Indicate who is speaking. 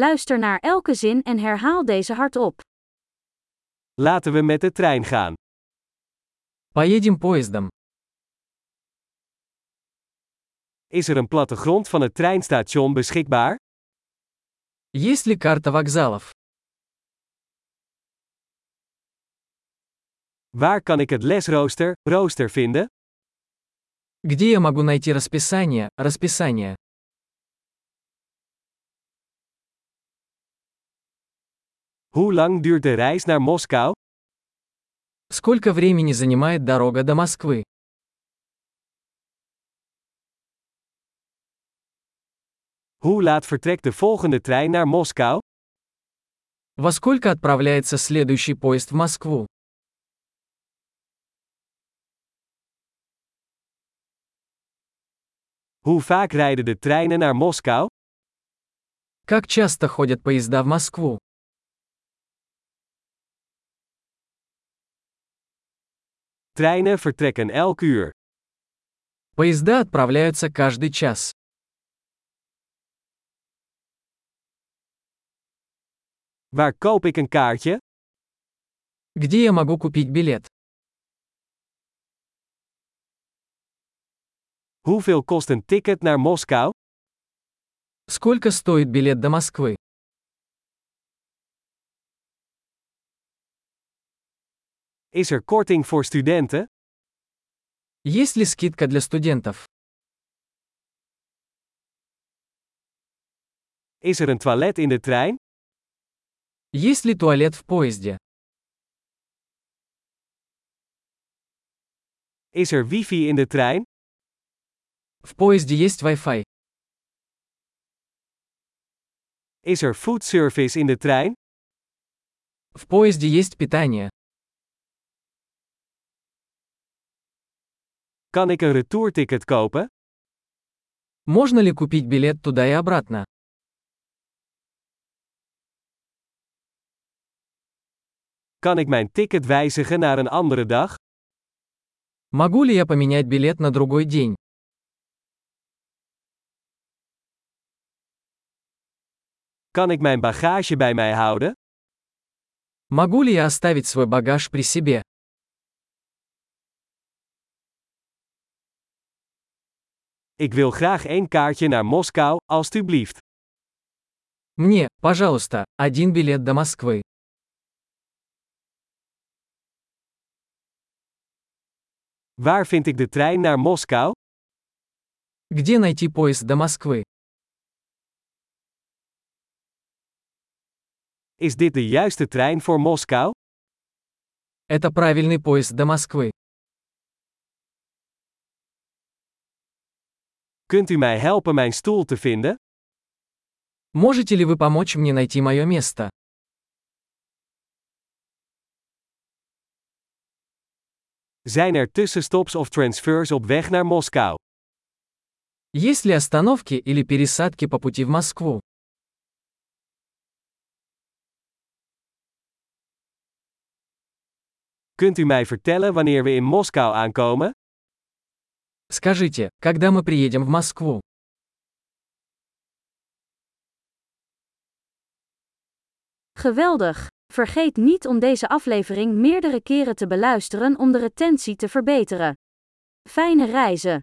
Speaker 1: Luister naar elke zin en herhaal deze hardop.
Speaker 2: Laten we met de trein gaan.
Speaker 3: Поедем поездом.
Speaker 2: Is er een plattegrond van het treinstation beschikbaar?
Speaker 3: Есть ли карта вокзалов?
Speaker 2: Waar kan ik het lesrooster, rooster vinden?
Speaker 3: Где я могу найти расписание, расписание?
Speaker 2: Hoe lang duurt de reis naar Moskou?
Speaker 3: Сколько времени занимает дорога до Москвы?
Speaker 2: Hoe laat vertrekt de volgende trein naar Moskou?
Speaker 3: Во сколько отправляется следующий поезд в Москву?
Speaker 2: Hoe vaak rijden de treinen naar Moskou?
Speaker 3: Как часто ходят поезда в Москву?
Speaker 2: Treinen vertrekken elk uur.
Speaker 3: Поезда отправляются каждый час.
Speaker 2: Waar koop ik een kaartje?
Speaker 3: Где я могу купить билет?
Speaker 2: Hoeveel kost een ticket naar Moskou?
Speaker 3: Сколько стоит билет до Москвы?
Speaker 2: Is er korting voor studenten?
Speaker 3: Есть ли скидка для студентов?
Speaker 2: Is er een toilet in de trein?
Speaker 3: Есть ли туалет в поезде?
Speaker 2: Is er wifi in de trein?
Speaker 3: В поезде есть Wi-Fi.
Speaker 2: Is er foodservice in de trein?
Speaker 3: В поезде есть питание.
Speaker 2: Kan ik een retourticket kopen?
Speaker 3: Можно ли купить билет туда и обратно?
Speaker 2: Kan ik mijn ticket wijzigen naar een andere dag?
Speaker 3: Могу ли я поменять билет на другой день?
Speaker 2: Kan ik mijn bagage bij mij houden?
Speaker 3: Могу ли я оставить свой багаж при себе?
Speaker 2: Ik wil graag één kaartje naar Moskou, alstublieft.
Speaker 3: Мне, пожалуйста, один билет до Москвы.
Speaker 2: Waar vind ik de trein naar Moskou?
Speaker 3: Где найти поезд до Москвы?
Speaker 2: Is dit de juiste trein voor Moskou?
Speaker 3: Это правильный поезд до Москвы.
Speaker 2: Kunt u mij helpen mijn stoel te vinden?
Speaker 3: Можете ли вы помочь мне найти мое место?
Speaker 2: Zijn er tussenstops of transfers op weg naar Moskou?
Speaker 3: Есть ли остановки или пересадки по пути в Москву?
Speaker 2: Kunt u mij vertellen wanneer we in Moskou aankomen?
Speaker 3: Скажите, когда мы приедем в Москву?
Speaker 1: Geweldig! Vergeet niet om deze aflevering meerdere keren te beluisteren om de retentie te verbeteren. Fijne reizen!